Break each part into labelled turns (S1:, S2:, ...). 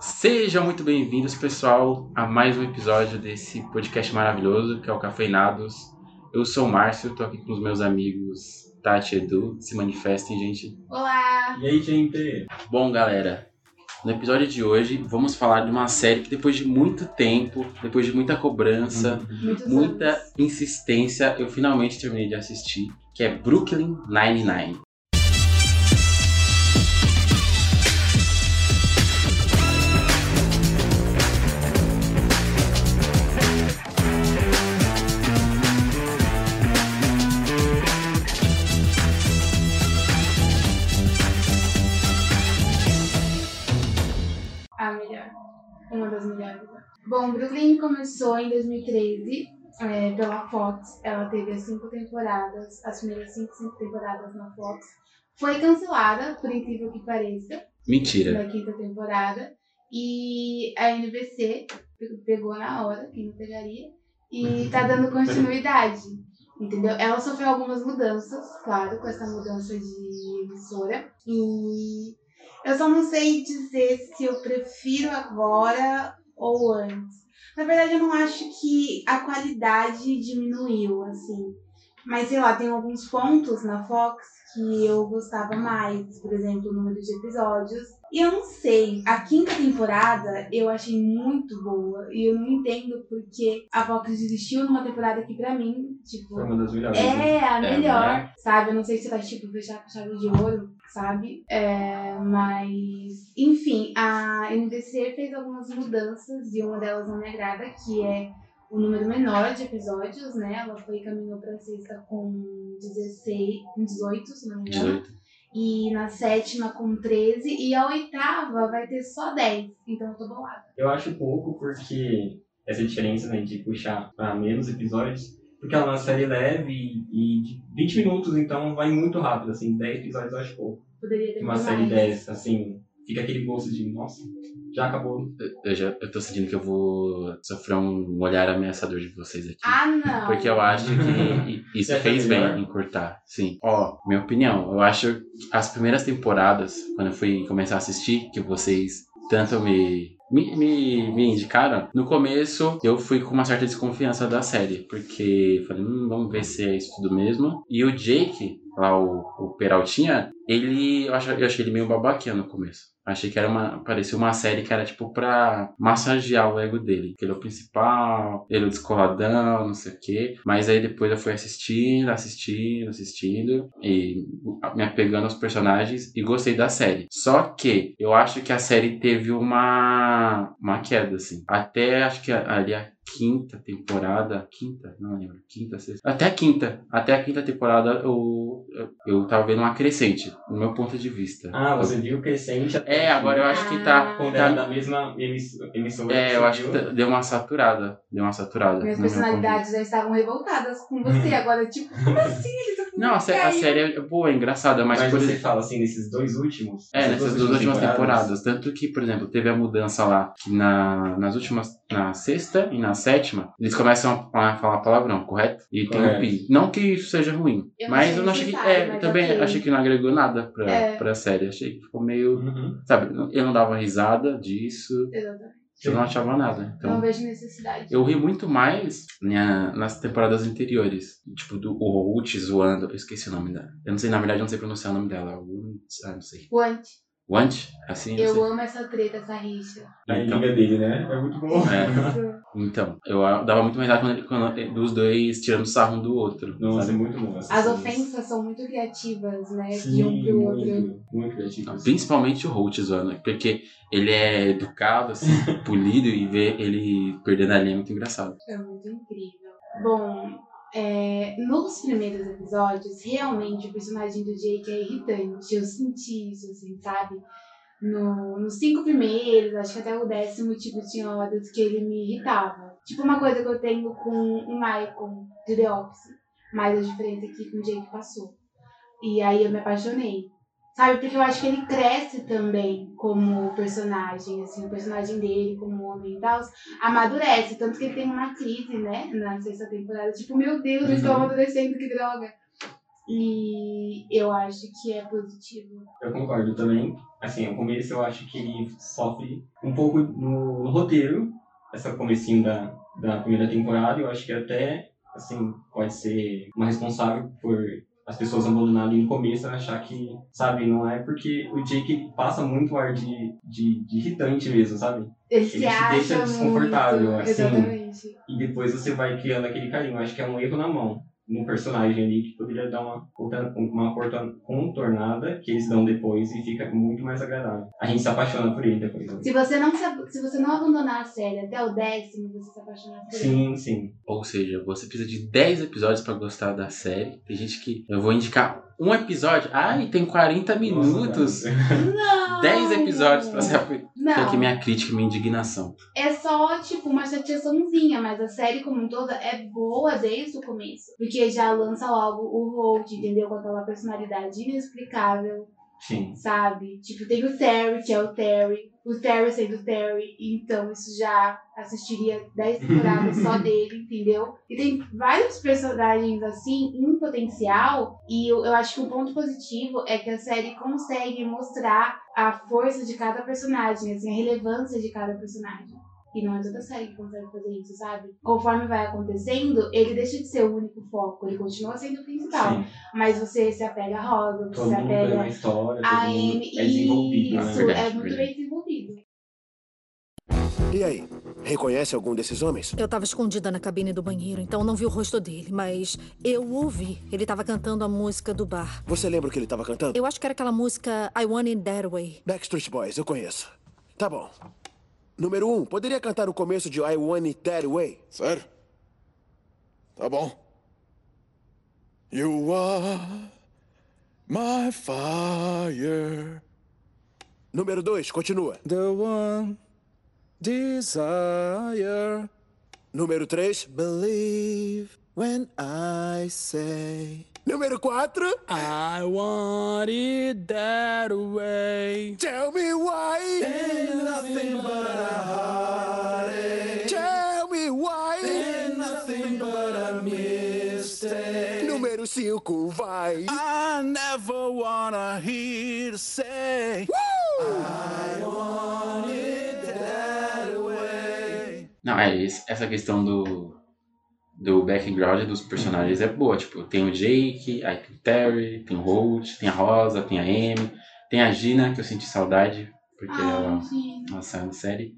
S1: Sejam muito bem-vindos, pessoal, a mais um episódio desse podcast maravilhoso que é o Cafeinados. Eu sou o Márcio, tô aqui com os meus amigos Tati e Edu. Se manifestem, gente.
S2: Olá!
S3: E aí, gente?
S1: Bom, galera, no episódio de hoje vamos falar de uma série que depois de muito tempo, depois de muita cobrança,
S2: Muitos
S1: muita
S2: anos.
S1: insistência, eu finalmente terminei de assistir, que é Brooklyn Nine-Nine.
S2: A melhor. Uma das melhores. Bom, Brooklyn começou em 2013 é, pela Fox. Ela teve as cinco temporadas, as primeiras cinco, cinco temporadas na Fox. Foi cancelada, por incrível que pareça,
S1: Mentira.
S2: na quinta temporada. E a NBC pe- pegou na hora, quem não pegaria, e tá dando continuidade. Entendeu? Ela sofreu algumas mudanças, claro, com essa mudança de emissora. E eu só não sei dizer se eu prefiro agora ou antes. Na verdade, eu não acho que a qualidade diminuiu, assim. Mas sei lá, tem alguns pontos na Fox que eu gostava mais, por exemplo, o número de episódios. E eu não sei, a quinta temporada eu achei muito boa e eu não entendo porque a Fox desistiu numa temporada que pra mim, tipo,
S3: Foi uma das melhores. né?
S2: é, a
S1: É,
S2: melhor,
S1: né?
S2: sabe? Eu não sei se vai, tipo, fechar com chave de ouro, sabe? É, mas, enfim, a NBC fez algumas mudanças e uma delas não me agrada, que é o número menor de episódios, né? Ela foi caminhou pra sexta com 16, com 18, se não me engano.
S1: 18.
S2: E na sétima com 13. E a oitava vai ter só 10. Então eu tô bolada.
S3: Eu acho pouco porque essa diferença né, de puxar para menos episódios, porque ela é uma série leve e e de 20 minutos, então vai muito rápido, assim, 10 episódios eu acho pouco.
S2: Poderia ter
S3: Uma
S2: mais.
S3: série dessa, assim, fica aquele gosto de, nossa, já acabou.
S1: Eu, já, eu tô sentindo que eu vou sofrer um olhar ameaçador de vocês aqui.
S2: Ah, não!
S1: Porque eu acho que isso
S3: Você acha
S1: fez bem
S3: melhor?
S1: encurtar. Sim. Ó, minha opinião, eu acho que as primeiras temporadas, quando eu fui começar a assistir, que vocês tanto me. Me, me, me indicaram, no começo eu fui com uma certa desconfiança da série, porque falei, hum, vamos ver se é isso tudo mesmo. E o Jake, lá o, o Peraltinha, ele. Eu achei, eu achei ele meio babaquinha no começo. Achei que era uma. Parecia uma série que era tipo pra massagear o ego dele. Que ele é o principal, ele é o descoladão, não sei o quê. Mas aí depois eu fui assistindo, assistindo, assistindo. E me apegando aos personagens e gostei da série. Só que eu acho que a série teve uma. uma queda, assim. Até acho que ali a quinta temporada. Quinta? Não lembro. Quinta, sexta. Até a quinta. Até a quinta temporada eu, eu, eu tava vendo uma crescente, no meu ponto de vista.
S3: Ah, você viu crescente até
S1: É, agora eu acho que
S2: Ah.
S1: tá.
S3: quando
S1: tá-
S3: era da mesma emiss- emissora.
S1: é,
S3: que
S1: eu
S3: você
S1: acho que
S3: viu.
S1: tá- deu uma saturada. Deu uma saturada.
S2: Minhas
S1: no meu ponto de
S2: personalidades já estavam revoltadas com você. Agora, tipo, como assim? Eles
S1: vista. Não, a, sé- Hum. a
S2: Caiu.
S1: série é boa, é engraçada, mas,
S3: Mas,
S1: por
S3: você
S1: exemplo.
S3: fala assim, nesses dois últimos.
S1: É, nessas duas últimas temporadas. Tanto que, por exemplo, teve a mudança lá que na, nas últimas. Na sexta e na sétima, eles começam a falar palavrão, correto? E tem o
S3: Correto.
S1: pi. Não que isso seja ruim.
S2: Eu
S1: mas
S2: achei
S1: eu não achei que.
S2: necessário,
S1: É,
S2: mas
S1: também
S2: ok.
S1: achei que não agregou nada pra,
S2: É.
S1: pra série. Achei que ficou meio.
S3: Uhum.
S1: Sabe, eu não dava risada disso.
S2: Exatamente.
S1: Eu não achava nada. Então,
S2: Não vejo necessidade.
S1: Eu ri muito mais na- nas temporadas anteriores. Tipo, do o Uchi zoando. Eu esqueci o nome dela. Eu não sei, na verdade, eu não sei pronunciar o nome dela. Uchi, ah, não sei.
S2: Quant,
S1: Wunch? Assim, eu,
S2: eu amo essa treta, essa rixa.
S3: A
S1: sei. Então,
S3: liga dele, né? É muito bom.
S1: é, então, eu ah, dava muito mais risada quando, ele- quando ele- dos dois tirando sarro um do outro.
S3: Nossa, é
S1: sabe?
S3: muito bom.
S2: As ofensas são muito criativas, né? De
S3: Sim,
S2: um pro outro.
S3: muito, muito
S1: Tá
S3: criativo.
S1: Então, Principalmente o Holt zoando. Porque ele é educado, assim, polido. E ver ele perdendo a linha é muito engraçado.
S2: É muito incrível. Bom, é, nos primeiros episódios, realmente o personagem do Jake é irritante. Eu senti isso, assim, sabe? No, nos cinco primeiros, acho que até o décimo, tipo, tinha horas que ele me irritava. Tipo uma coisa que eu tenho com o Michael de The Office. Mas a diferença é que com o Jake passou. E aí eu me apaixonei. Sabe, porque eu acho que ele cresce também como personagem, assim, o personagem dele como homem e tal, amadurece. Tanto que ele tem uma crise, né, na sexta temporada. Tipo, meu Deus, eu estou
S1: Uhum.
S2: amadurecendo, que droga. E eu acho que é positivo.
S3: Eu concordo também. Assim, o começo eu acho que ele sofre um pouco no, no roteiro, essa comecinho da, da primeira temporada. Eu acho que até, assim, pode ser uma responsável por as pessoas abandonarem no começo e achar que, sabe, não é porque o Jake ele passa muito ar de, de, de irritante mesmo, sabe?
S2: Ele
S3: Ele
S2: se
S3: se
S2: acha
S3: deixa desconfortável,
S2: muito,
S3: assim.
S2: Exatamente.
S3: E depois você vai criando aquele carinho. Eu acho que é um erro na mão no personagem ali que poderia dar uma, conta- uma conta- contornada que eles dão depois e fica muito mais agradável. A gente se apaixona por ele depois. né?
S2: Se você, não, se se você não abandonar a série até o décimo, você se apaixonar por ele.
S3: Sim, sim.
S1: Ou seja, você precisa de 10 episódios pra gostar da série. Tem gente que. Eu vou indicar um episódio. Ai, tem 40 minutos.
S3: Nossa,
S2: Não!
S1: 10 episódios pra ser. apo- Fica
S2: Não,
S1: aqui minha crítica, minha indignação.
S2: é só, tipo, uma chateaçãozinha, mas a série como um toda é boa desde o começo. Porque já lança logo o Holt, entendeu? Com aquela personalidade inexplicável.
S3: Sim.
S2: sabe? Tipo, tem o Terry, que é o Terry, o Terry sendo o Terry, então isso já assistiria 10 temporadas só dele, entendeu? E tem vários personagens assim em potencial, e eu, eu acho que um ponto positivo é que a série consegue mostrar a força de cada personagem, assim, a relevância de cada personagem. E não é toda série que consegue fazer isso, sabe? Conforme vai acontecendo, ele deixa de ser o único foco, ele continua sendo o principal.
S3: sim.
S2: Mas você se apega a Rosa, você
S3: Todo
S2: se
S3: mundo tem
S2: apega
S3: uma história, todo
S2: a
S3: mundo
S2: M.
S3: é desenvolvido,
S2: Isso,
S3: né?
S1: Verdade,
S2: é muito
S1: verdade.
S2: bem desenvolvido.
S4: E aí, reconhece algum desses homens?
S5: Eu tava escondida na cabine do banheiro, então não vi o rosto dele, mas eu ouvi. Ele tava cantando a música do bar.
S4: Você lembra o que ele tava cantando?
S5: Eu acho que era aquela música I Want It That Way.
S4: Backstreet Boys, eu conheço. Tá bom. Número um, poderia cantar o começo de I Want It That Way?
S6: Sério? Tá bom. You are my fire.
S4: Número dois, continua.
S6: The one desire.
S4: Número três.
S6: Believe when I say
S4: Número quatro.
S6: I want it that way.
S4: Tell me why.
S6: Nothing but a heartache.
S4: Tell me why.
S6: Nothing but a mistake.
S4: Número cinco, vai.
S6: I never wanna hear to say.
S1: Não, é esse- essa questão do. Do background dos personagens é boa. Tipo, tem o Jake, aí tem o Terry, tem o Holt, tem a Rosa, tem a Amy, tem a Gina, que eu senti saudade, porque ela.
S2: Ah, sim.
S1: Ela saiu da série.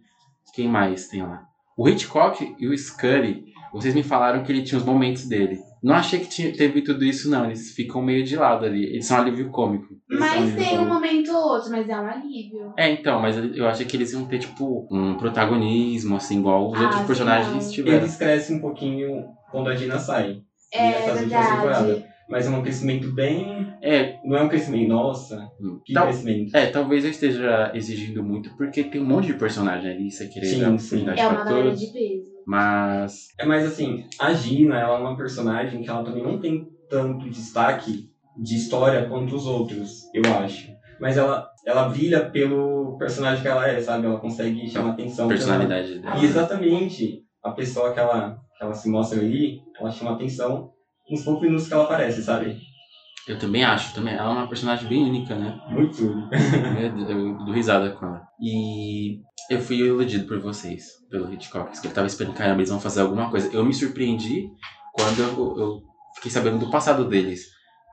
S1: Quem mais tem lá? O Hitchcock e o Scully, vocês me falaram que ele tinha os momentos dele. Não achei que tinha, teve tudo isso, não. Eles ficam meio de lado ali. Eles são um alívio cômico.
S2: Mas tem um
S3: uma.
S2: momento ou outro, mas é um alívio.
S1: É, então, mas eu achei que eles iam ter, tipo, um protagonismo, assim, igual os
S2: Ah,
S1: outros
S2: sim,
S1: personagens
S2: não.
S1: tiveram.
S3: Eles crescem um pouquinho quando a Dina sai.
S2: É
S3: nessas últimas
S2: verdade.
S3: temporadas. Mas é um crescimento bem.
S1: É,
S3: Não é um crescimento, nossa, que
S1: tal-
S3: crescimento.
S1: é, talvez eu esteja exigindo muito, porque tem um monte de personagem ali, você querer
S3: Sim,
S1: dar
S3: sim.
S1: oportunidade
S2: É uma
S1: pra
S2: galera
S1: todos.
S2: de peso.
S1: Mas.
S3: É mais assim, a Gina, ela é uma personagem que ela também não tem tanto destaque de história quanto os outros, eu acho. Mas ela, ela brilha pelo personagem que ela é, sabe? Ela consegue chamar atenção. pela-
S1: Personalidade dela.
S3: E exatamente, a pessoa que ela, que ela se mostra ali, ela chama atenção nos poucos minutos que ela aparece, sabe?
S1: Eu também acho, também. Ela é uma personagem bem única, né?
S3: Muito.
S1: Meu Deus, Eu dou risada com ela. E eu fui iludido por vocês, pelo Hitchcock. Eu tava esperando, caramba, eles vão fazer alguma coisa. Eu me surpreendi quando eu, eu fiquei sabendo do passado deles.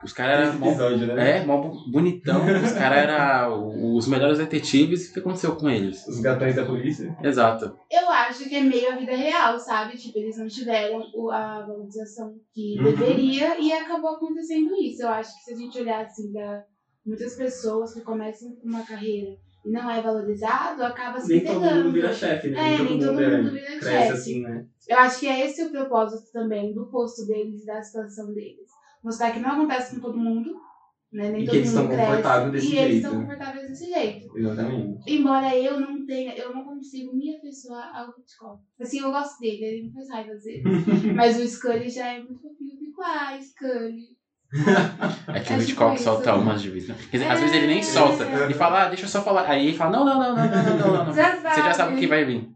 S1: Os caras
S3: Esse
S1: eram mó,
S3: episódio, né?
S1: é, mó bu- bonitão. Os caras eram os melhores detetives. O que aconteceu com eles?
S3: Os gatões da polícia.
S1: Exato.
S2: Eu acho que é meio a vida real, sabe? Tipo, eles não tiveram o- a valorização que
S3: Uhum.
S2: deveria e acabou acontecendo isso. Eu acho que se a gente olhar assim, da muitas pessoas que começam uma carreira e não é valorizado, acaba se
S3: Nem todo mundo
S2: entregando.
S3: vira chefe, né?
S2: É, nem todo
S3: é-
S2: mundo vira
S3: cresce
S2: chefe.
S3: assim, né?
S2: Eu acho que é esse o propósito também do posto deles e da situação deles. Mostrar que não acontece com todo mundo, né? Nem
S3: E que
S2: todo
S3: eles
S2: mundo
S3: estão
S2: cresce,
S3: confortáveis desse
S2: e eles
S3: jeito.
S2: estão confortáveis desse jeito.
S3: Exatamente.
S2: Embora eu não tenha, eu não consigo me afeiçoar ao Hitchcock. Assim, eu gosto dele, ele me faz raiva às vezes. Mas o Scully já é muito fofinho, eu fico, ah, Scully.
S1: É que
S2: É
S1: o
S2: tipo
S1: Hitchcock
S2: isso.
S1: solta umas de vez. né? Quer dizer, às
S2: É.
S1: vezes ele nem solta. Ele fala, ah, deixa eu só falar. Aí ele fala, não, não, não, não, não, não, não. não.
S2: Já
S1: Você já sabe o que vai vir.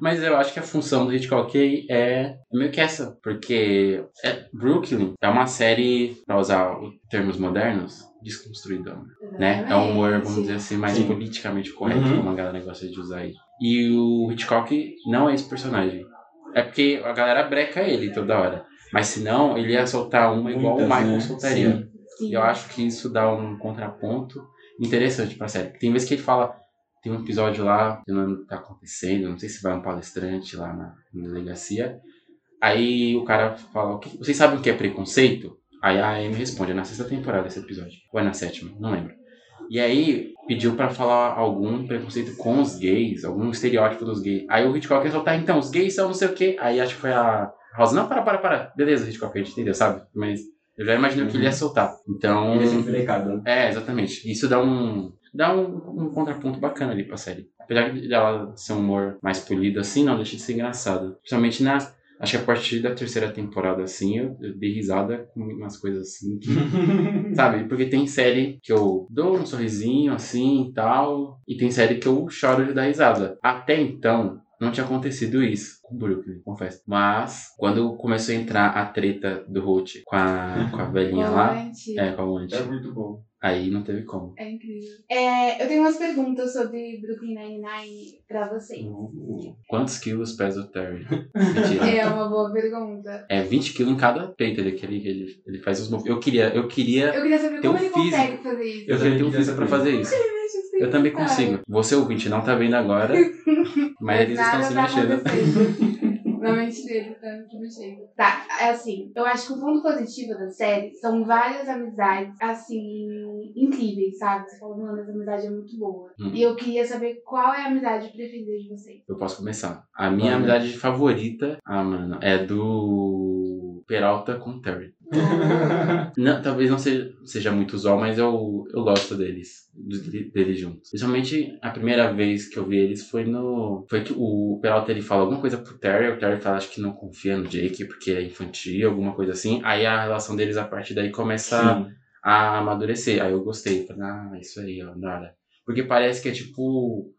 S1: Mas eu acho que a função do Hitchcock é meio que essa. Porque é- Brooklyn é uma série, pra usar o- termos modernos, desconstruidona. Né? É um humor, vamos dizer assim, mais
S3: Sim.
S1: politicamente correto,
S3: Uhum.
S1: como a galera gosta de usar aí. E o Hitchcock não é esse personagem. É porque a galera breca ele toda hora. Mas se não, ele ia soltar uma igual o
S3: Muitas,
S1: Michael
S3: né?
S1: soltaria.
S3: Sim.
S2: Sim.
S1: E assim. eu acho que isso dá um contraponto interessante pra série. Tem vezes que ele fala, tem um episódio lá, que não tá acontecendo, não sei se vai um palestrante lá na, na delegacia. Aí o cara fala, "O que- vocês sabem o que é preconceito? Aí a Amy responde, é na sexta temporada esse episódio. Ou é na sétima, não lembro. E aí pediu pra falar algum preconceito com os gays, algum estereótipo dos gays. Aí o Hitchcock ia soltar, então, os gays são não sei o quê. Aí acho que foi a Rosa, não, para, para, para. Beleza, Hitchcock, a gente entendeu, sabe? Mas eu já imaginei que ele ia soltar. Então.
S3: Ele é sempre delicado, né?
S1: É, exatamente. Isso dá um. Dá um, um contraponto bacana ali pra série. Apesar de ela ser um humor mais polido assim, não deixa de ser engraçado. Principalmente na. Acho que a partir da terceira temporada, assim, eu, eu dei risada com umas coisas assim. que- sabe? Porque tem série que eu dou um sorrisinho assim e tal. E tem série que eu choro de dar risada. Até então, não tinha acontecido isso com Brooklyn, confesso. Mas, quando começou a entrar a treta do Ruth com a, com a velhinha lá.
S2: Volante.
S1: É, com a Wanda.
S3: é muito bom.
S1: Aí não teve como.
S2: É incrível. É, eu tenho umas perguntas sobre Brooklyn Nine-Nine pra vocês.
S1: Uhum.
S3: O- o-
S1: Quantos quilos pesa o Terry? Mentira.
S2: É uma boa pergunta.
S1: É 20 quilos em cada peito. Ele, ele, ele, ele faz os movimentos. Eu queria, eu queria.
S2: Eu queria saber
S1: Tem
S2: como
S1: um
S2: ele
S1: físico.
S2: consegue fazer isso.
S1: Eu queria
S3: também
S1: ter um
S3: queria
S1: físico pra
S3: saber.
S1: fazer isso. Eu também consigo. Você ouvinte não tá vendo agora, mas eles estão
S2: nada
S1: se
S2: vai
S1: mexendo.
S2: acontecer. Na mente dele, tanto que mexendo. Tá, é assim, eu acho que o ponto positivo da série são várias amizades, assim, incríveis, sabe? Você falou, mano, essa amizade é muito boa.
S1: Hum.
S2: E eu queria saber qual é a amizade preferida de vocês.
S1: Eu posso começar. A minha
S3: Vai,
S1: amizade favorita, ah, mano, é do Peralta com o Terry. Não, talvez não seja, seja muito usual, mas eu, eu gosto deles, de- deles juntos. Principalmente a primeira vez que eu vi eles foi no. Foi que o Peralta ele fala alguma coisa pro Terry, o Terry fala acho que não confia no Jake porque é infantil, alguma coisa assim. Aí a relação deles a partir daí começa
S3: Sim.
S1: a amadurecer. Aí eu gostei, falei, ah, isso aí, ó, da hora. Porque parece que é tipo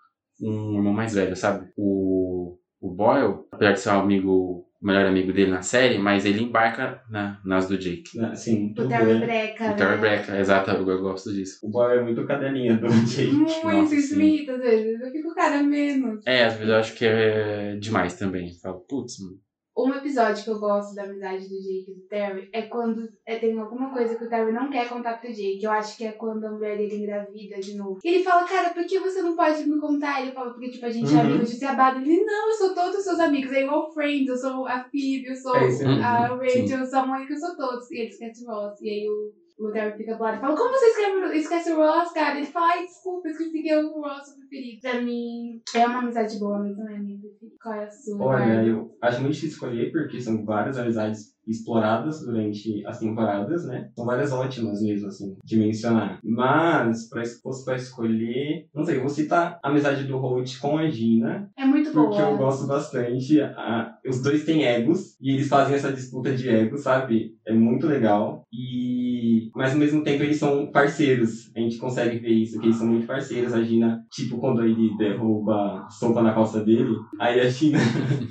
S1: um irmão mais velho, sabe? O, o Boyle, apesar de ser um amigo, o melhor amigo dele na série, mas ele embarca na, nas do Jake.
S3: Na- Assim,
S2: O
S3: tudo,
S2: Terry
S3: né?
S2: Breca.
S1: O Terry
S2: né?
S1: Breck, exato, eu eu gosto disso.
S3: O boy é muito cadelinha do Jake.
S2: Muito
S1: Nossa, sim.
S2: infinito, às vezes. Eu fico, cara, menos.
S1: É, às vezes eu acho que é demais também. Eu falo, putz, mano.
S2: Um episódio que eu gosto da amizade do Jake e do Terry é quando é, tem alguma coisa que o Terry não quer contar pro Jake. Eu acho que é quando a mulher dele engravida de novo. E ele fala, cara, por que você não pode me contar? Ele fala, porque, tipo, a gente é
S3: Uhum.
S2: amigo de Ziabada. Ele, não, eu sou todos os seus amigos. É igual Friends, eu sou a Phoebe, eu sou
S3: É isso mesmo.
S2: a
S1: Uhum. Sim.
S2: Rachel, eu sou a Mônica, eu sou todos. E ele esquece o Ross. E aí o, o Terry fica do lado e fala, como você esquece, esquece o Ross, cara? Ele fala, ai, desculpa, esqueci que é o Ross preferido. Pra mim, é uma amizade boa, mas não é a minha preferida. Qual é a sua?
S3: Olha, eu acho muito difícil escolher, porque são várias amizades exploradas durante as temporadas, né? São várias ótimas mesmo, assim, de mencionar. Mas, pra, se fosse pra escolher, não sei, eu vou citar a amizade do Holt com a Gina,
S2: é muito boa.
S3: porque eu gosto bastante. A- os dois têm egos, e eles fazem essa disputa de egos, sabe? É muito legal. E... Mas, ao mesmo tempo, eles são parceiros. A gente consegue ver isso, que eles são muito parceiros. A Gina, tipo, quando ele derruba sopa na calça dele, aí a Gina...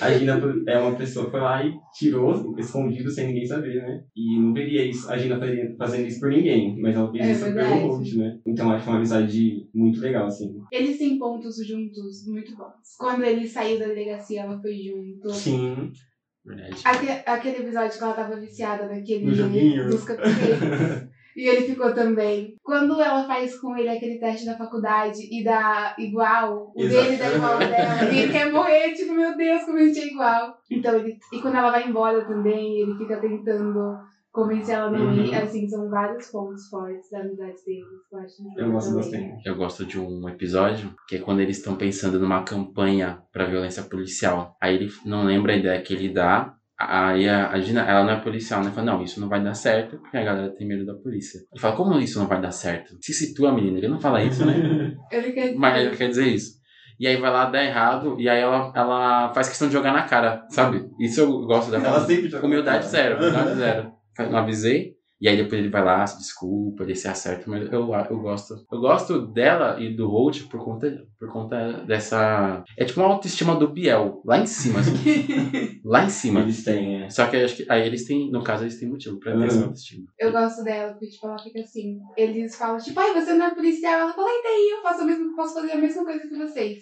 S3: A Gina é uma pessoa que foi lá e tirou, escondido, sem ninguém saber, né? E não veria isso, a Gina faria- fazendo isso por ninguém, mas ela fez
S2: É
S3: isso pelo
S2: verdade.
S3: Holt, né? Então acho uma amizade muito legal, assim.
S2: Eles têm pontos juntos muito bons. Quando ele saiu da delegacia, ela foi junto.
S3: Sim,
S1: é Verdade.
S2: Aque- Aquele episódio que ela tava viciada naquele
S3: No joguinho.
S2: dos cupcakes. e ele ficou também. Quando ela faz com ele aquele teste da faculdade e dá igual, o
S3: Exato.
S2: dele dá igual ao dela. e ele quer morrer, tipo, meu Deus, como eu tinha igual. Então ele. E quando ela vai embora também, ele fica tentando convencer ela a não ir.
S3: Uhum.
S2: Assim, são vários pontos fortes da amizade deles. que Eu, acho
S3: Eu gosto
S2: também.
S3: bastante.
S1: Eu gosto de um episódio que é quando eles estão pensando numa campanha pra violência policial. Aí ele não lembra a ideia que ele dá. Aí a, a Gina, ela não é policial, né? Fala, não, isso não vai dar certo, porque a galera tem medo da polícia. Ele fala, como isso não vai dar certo? Se situa, menina, ele não fala isso, né?
S2: Ele quer
S1: Mas ele quer dizer isso. E aí vai lá, dá errado, e aí ela, ela faz questão de jogar na cara, sabe? Isso eu gosto dela.
S3: Ela sempre joga
S1: Humildade
S3: na cara.
S1: zero, humildade zero. Não avisei. E aí depois ele vai lá, se desculpa, ele se acerta, mas eu, eu gosto. Eu gosto dela e do Holt por conta, por conta dessa. É tipo uma autoestima do Biel, lá em cima, assim. lá em cima.
S3: Eles têm, é.
S1: Só que, eu acho que aí eles têm, no caso, eles têm motivo pra ter essa
S3: Uhum.
S1: autoestima.
S2: Eu gosto dela, porque tipo, ela fica assim. Eles falam, tipo, ai, você não é policial. Ela fala, e daí eu faço a mesma, posso fazer a mesma coisa que vocês.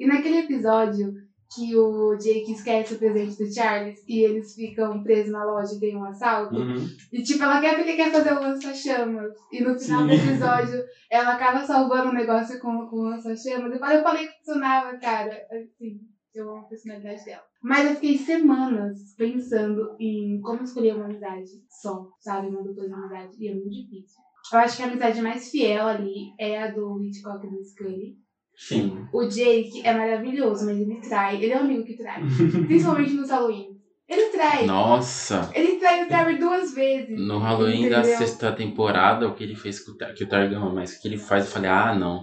S2: E naquele episódio que o Jake esquece o presente do Charles e eles ficam presos na loja e tem um assalto.
S3: Uhum.
S2: E tipo, ela quer porque quer fazer o lança-chamas. E no final do
S3: Sim.
S2: episódio, ela acaba salvando o negócio com, com o lança-chamas. Eu falei, eu falei que funcionava, cara. Assim, eu amo a personalidade dela. Mas eu fiquei semanas pensando em como escolher uma amizade só, sabe? Uma dupla de amizade. E é muito difícil. Eu acho que a amizade mais fiel ali é a do Hitchcock e do Scully.
S3: Sim.
S2: O Jake é maravilhoso, mas ele trai. Ele é um amigo que trai. Principalmente nos Halloween. Ele trai.
S1: Nossa!
S2: Ele trai o Trevor duas vezes.
S1: No Halloween da
S2: Entendeu?
S1: sexta temporada, o que ele fez com o Tar- que o Targão, mas o que ele faz, eu falei, ah, não.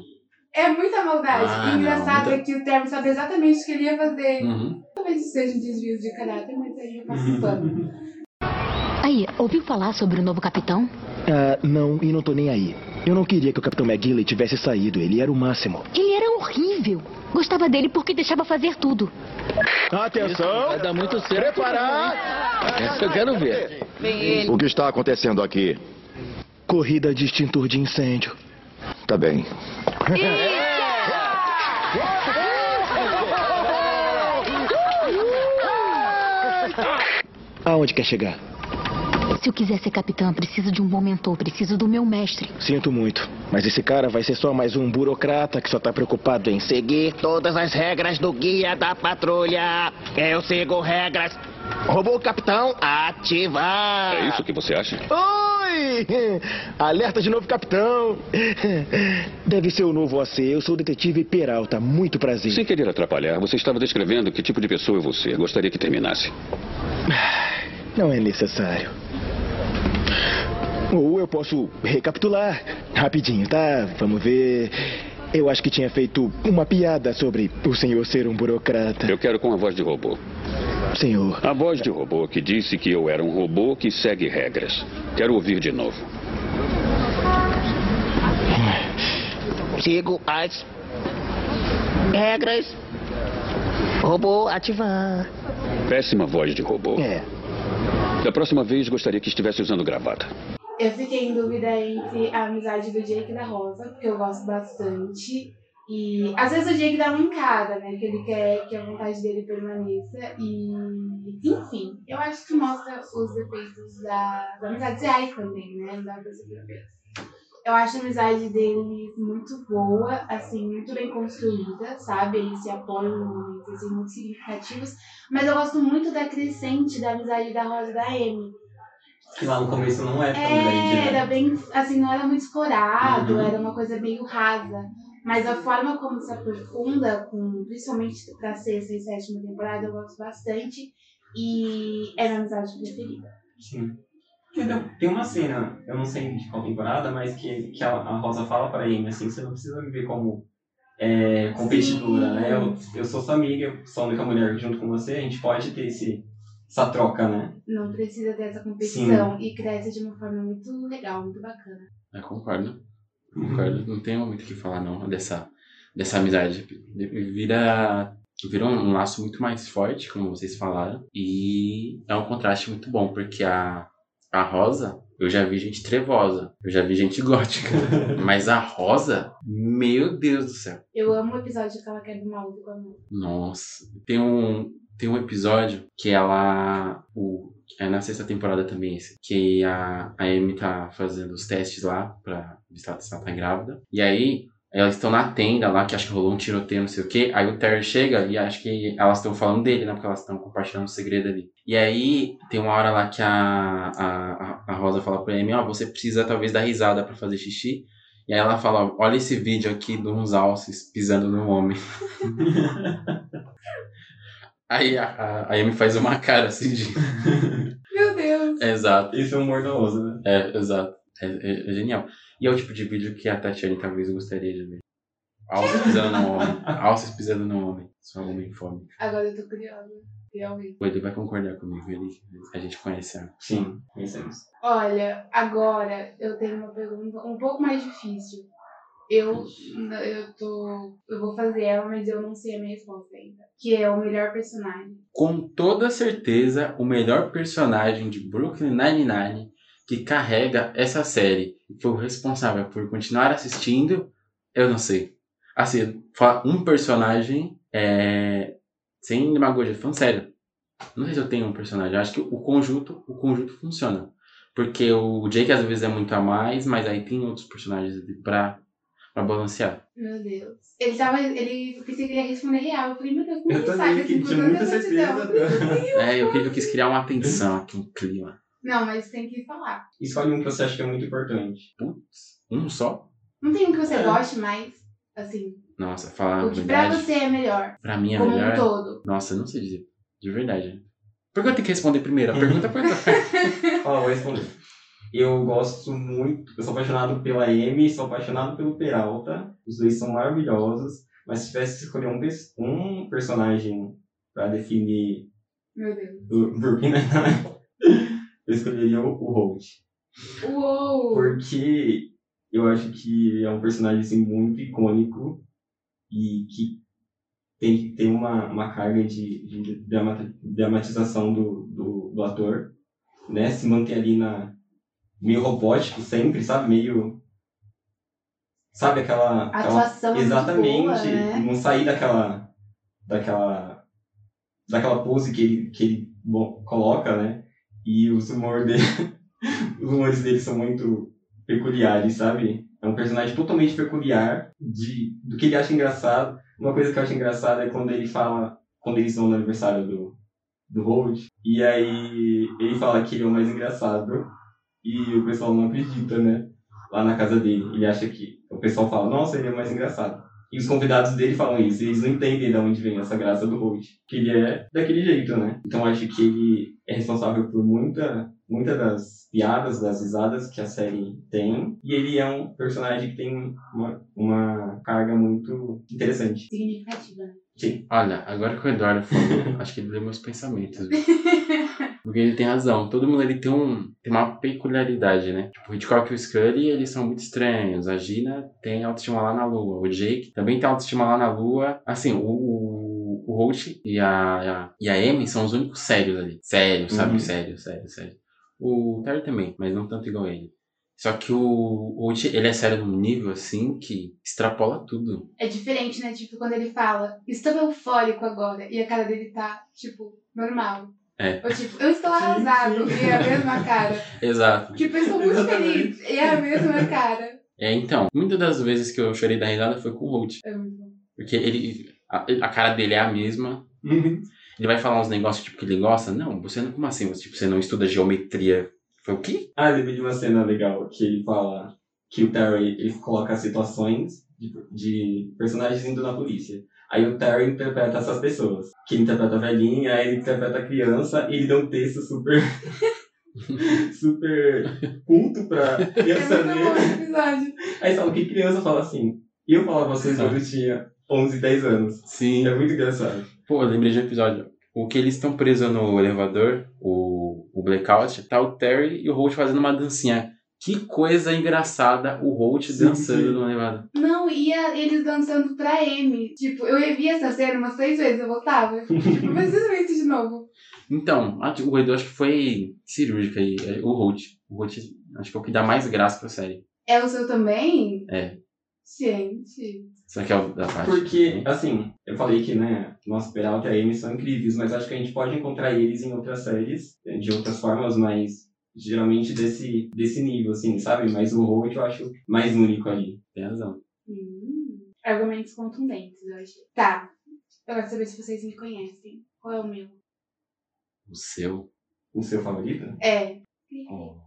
S2: É muita maldade.
S1: Ah,
S2: e engraçado
S1: não,
S2: é que o Terry sabe exatamente o que ele ia fazer.
S1: Uhum.
S2: Talvez isso seja um desvio de caráter, mas aí eu passo pano.
S7: Aí, ouviu falar sobre o novo capitão?
S8: Ah, não, e não tô nem aí. Eu não queria que o Capitão McGinley tivesse saído, ele era o máximo.
S7: Ele era horrível. Gostava dele porque deixava fazer tudo.
S9: Atenção! Vai dar muito certo. Preparar! Essa eu quero ver.
S10: O que está acontecendo aqui?
S8: Corrida de extintor de incêndio.
S10: Tá bem.
S8: Aonde quer chegar?
S7: Se eu quiser ser capitã, preciso de um bom mentor, preciso do meu mestre.
S8: Sinto muito, mas esse cara vai ser só mais um burocrata que só tá preocupado em seguir todas as regras do guia da patrulha. Eu sigo regras. Robô capitão, ativar.
S9: É isso que você acha?
S8: Oi! Alerta de novo, capitão. Deve ser o novo AC. Eu sou o detetive Peralta. Muito prazer.
S9: Sem querer atrapalhar, você estava descrevendo que tipo de pessoa é você. Gostaria que terminasse.
S8: Não é necessário. Ou eu posso recapitular rapidinho, tá? Vamos ver. Eu acho que tinha feito uma piada sobre o senhor ser um burocrata.
S9: Eu quero com a voz de robô.
S8: Senhor,
S9: A voz de robô que disse que eu era um robô que segue regras. Quero ouvir de novo.
S8: sigo as regras. Robô ativar.
S9: Péssima voz de robô.
S8: É.
S9: Da próxima vez, gostaria que estivesse usando gravata.
S2: Eu fiquei em dúvida entre a amizade do Jake e da Rosa, porque eu gosto bastante. E às vezes o Jake dá uma encada, né? Que ele quer que a vontade dele permaneça. E enfim, eu acho que mostra os defeitos da, da amizade de Ai também, né? Não dá pra ser perfeito. Eu acho a amizade deles muito boa, assim, muito bem construída, sabe? Eles se apoiam em momentos assim, muito significativos. Mas eu gosto muito da crescente da amizade da Rosa e da Amy.
S3: Que lá no começo não é tão
S2: É,
S3: grande, né?
S2: era bem, assim, não era muito explorado,
S3: Uhum.
S2: era uma coisa meio rasa. Mas a forma como se aprofunda, com, principalmente pra sexta e sétima temporada, eu gosto bastante. E é minha amizade preferida.
S3: Sim. Entendeu? Tipo, Tem uma cena, eu não sei de qual temporada, mas que, que a, a Rosa fala pra Amy, assim, você não precisa me ver como é, competidora,
S2: Sim.
S3: né? Eu, eu sou sua amiga, eu sou a única mulher junto com você, a gente pode ter esse, essa troca, né?
S2: Não precisa dessa competição e cresce de uma forma muito legal, muito bacana.
S1: Eu É, concordo. Concordo. Não tenho muito o que falar, não, dessa, dessa amizade. Vira, vira um laço muito mais forte, como vocês falaram. E é um contraste muito bom, porque a, a Rosa, eu já vi gente trevosa, eu já vi gente gótica. mas a Rosa, meu Deus do céu.
S2: Eu amo o episódio que ela quer uma outra com a mão.
S1: Nossa, tem um, tem um episódio que ela. O, é na sexta temporada também esse. Que a, a Amy tá fazendo os testes lá pra ver se ela, se ela tá grávida. E aí, elas estão na tenda lá, que acho que rolou um tiroteio, não sei o quê. Aí o Terry chega e acho que elas estão falando dele, né? Porque elas estão compartilhando um segredo ali. E aí, tem uma hora lá que a, a, a- a Rosa fala pra Amy: Ó, você precisa talvez dar risada pra fazer xixi. E aí ela fala: Olha esse vídeo aqui de uns alces pisando num homem. Aí a, a, a Amy faz uma cara assim de.
S2: Meu Deus!
S1: exato,
S3: Esse é o humor da Rosa, né?
S1: é, exato. É, é- é genial. E é o tipo de vídeo que a Tatiane talvez gostaria de ver. Alças pisando no homem. Alças pisando no homem. Só homem fome.
S2: Agora eu tô curiosa. Realmente.
S1: Ele vai concordar comigo, ele, a gente conhece a...
S3: Sim, conhecemos.
S2: Olha, agora eu tenho uma pergunta um pouco mais difícil. Eu, eu tô. Eu vou fazer ela, mas eu não sei a minha resposta ainda. Que é o melhor personagem.
S1: Com toda certeza, o melhor personagem de Brooklyn Nine-Nine que carrega essa série e foi o responsável por continuar assistindo, eu não sei. Assim, fa- um personagem é... sem demagogia, falando sério. Não sei se eu tenho um personagem, eu acho que o conjunto, o conjunto funciona. Porque o Jake às vezes é muito a mais, mas aí tem outros personagens ali pra, pra balancear.
S2: Meu Deus. Ele tava. Ele eu pensei que ele ia responder real. Eu falei, meu Deus, como
S3: Eu
S2: ele
S3: também,
S2: sabe
S3: que
S2: assim,
S3: tinha
S2: por
S3: muita
S2: tanta
S3: certeza.
S2: certidão?
S1: É, eu, que- eu quis criar uma tensão aqui, um clima.
S2: Não, mas tem que falar.
S3: Escolhe um que você acha que é muito importante.
S1: Putz, um só?
S2: Não tem um que você
S3: É.
S2: goste mais, assim.
S1: Nossa, falar a
S2: o que pra
S1: Ah, verdade.
S2: você é melhor.
S1: Pra mim é
S2: como
S1: melhor.
S2: um todo.
S1: Nossa, eu não sei dizer. De verdade. Por que eu tenho que responder primeiro? A pergunta foi.
S3: Ó, eu vou responder. Eu gosto muito, eu sou apaixonado pela Amy, sou apaixonado pelo Peralta. Os dois são maravilhosos. Mas se tivesse que escolher um, pers- um personagem pra definir
S2: Meu Deus.
S3: o Brooklyn Nine-Nine, eu escolheria o, o Holt.
S2: Uou!
S3: Porque eu acho que é um personagem assim, muito icônico e que tem, tem uma, uma carga de, de dramata- dramatização do, do, do ator, né? Se manter ali na meio robótico sempre, sabe? Meio sabe aquela,
S2: A
S3: aquela-
S2: atuação é muito
S3: exatamente,
S2: boa, né?
S3: não sair daquela daquela daquela pose que ele que ele bom, coloca, né? E os humor dele, os humores dele são muito peculiares, sabe? É um personagem totalmente peculiar de do que ele acha engraçado. Uma coisa que eu acho engraçada é quando ele fala, quando eles vão no aniversário do do Holt, e aí ele fala que ele é o mais engraçado e o pessoal não acredita, né? Lá na casa dele, ele acha que o pessoal fala, nossa, ele é o mais engraçado. E os convidados dele falam isso, e eles não entendem de onde vem essa graça do Holt, que ele é daquele jeito, né? Então acho que ele é responsável por muita, muita das piadas, das risadas que a série tem, e ele é um personagem que tem uma, uma carga muito interessante.
S2: Significativa. né?
S1: Olha, agora que o Eduardo falou, acho que ele leu meus pensamentos. viu? Porque ele tem razão. Todo mundo ele tem, um, tem uma peculiaridade, né? Tipo, o Hitchcock e o Scully, eles são muito estranhos. A Gina tem autoestima lá na lua. O Jake também tem autoestima lá na lua. Assim, o, o, o Holt e a, a- e a Amy são os únicos sérios ali. Sério, sabe?
S3: Uhum.
S1: Sério, sério, sério. O Terry também, mas não tanto igual ele. Só que o Holt, ele é sério num nível, assim, que extrapola tudo.
S2: É diferente, né? Tipo, quando ele fala, estou eufórico agora, e a cara dele tá, tipo, normal.
S1: É.
S2: Ou tipo, eu estou
S3: Sim,
S2: arrasado,
S3: sim.
S2: e é a mesma cara.
S1: Exato.
S2: Tipo, eu estou muito
S3: Exatamente.
S2: feliz, e é a mesma cara.
S1: É, então, muitas das vezes que eu chorei da risada foi com o Holt.
S2: É muito bom.
S1: Porque ele. A, a cara dele é a mesma.
S3: Uhum.
S1: Ele vai falar uns negócios tipo que ele gosta. Não, você não. Como assim? Você, tipo, você não estuda geometria. Foi o quê?
S3: Ah, lembrei de uma cena legal que ele fala que o Terry ele coloca situações de, de personagens indo na polícia. Aí o Terry interpreta essas pessoas. Que ele interpreta a velhinha, aí ele interpreta a criança, e ele dá um texto super. super culto pra
S2: É
S3: criança
S2: muito bom
S3: ler.
S2: esse episódio.
S3: Aí sabe o que criança fala assim? Eu falava vocês quando eu tinha 11, 10 anos.
S1: Sim.
S3: É muito engraçado.
S1: Pô, eu lembrei de um episódio. O que eles estão presos no elevador, o, o blackout, tá o Terry e o Holt fazendo uma dancinha. Que coisa engraçada o Holt
S3: Sim,
S1: dançando
S3: sim.
S1: no elevador.
S2: Não, e a- eles dançando pra M. Tipo, eu revi essa cena umas três vezes, eu voltava. Eu fico, Tipo, eu preciso ver isso de novo.
S1: Então, a- o Edu acho que foi cirúrgica aí. é, O Holt. O Holt acho que é o que dá mais graça pra série.
S2: É o seu também?
S1: É.
S2: Gente.
S1: Será que é o da parte?
S3: Porque, assim, eu falei que, né, nossa, Peralta e a Amy são incríveis, mas acho que a gente pode encontrar eles em outras séries, de outras formas, mas geralmente desse, desse nível, assim, sabe? Mas o Holt eu acho mais único ali.
S1: Tem razão.
S2: Hum, argumentos contundentes, eu achei. Tá. Eu quero saber se vocês me conhecem. Qual é o meu?
S1: O seu.
S3: O seu favorito?
S2: É.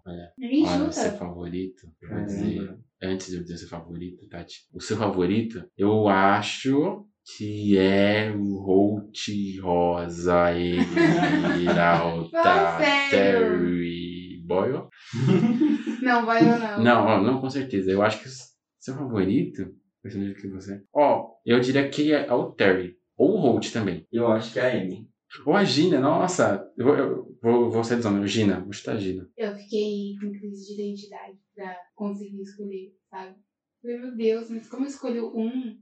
S1: Olha,
S2: Ninguém
S1: olha, o
S2: chuta.
S1: seu favorito. Eu
S3: É,
S1: vou dizer, antes de eu dizer o seu favorito, Tati. O seu favorito, eu acho que é o Holt Rosa e Viralta
S2: Fala sério.
S1: Terry Boyle.
S2: Não, vai ou não.
S1: Não, ó, não, com certeza. Eu acho que o seu favorito, personagem que você. Ó, eu diria que é o Terry. é Ou o Holt também.
S3: Eu acho que é a Amy.
S1: Ou a Gina, nossa. Eu vou, eu vou, vou ser desonra. Gina, vou chutar a Gina.
S2: Eu fiquei com crise de identidade pra conseguir escolher, sabe? Falei, meu Deus, mas como eu escolho um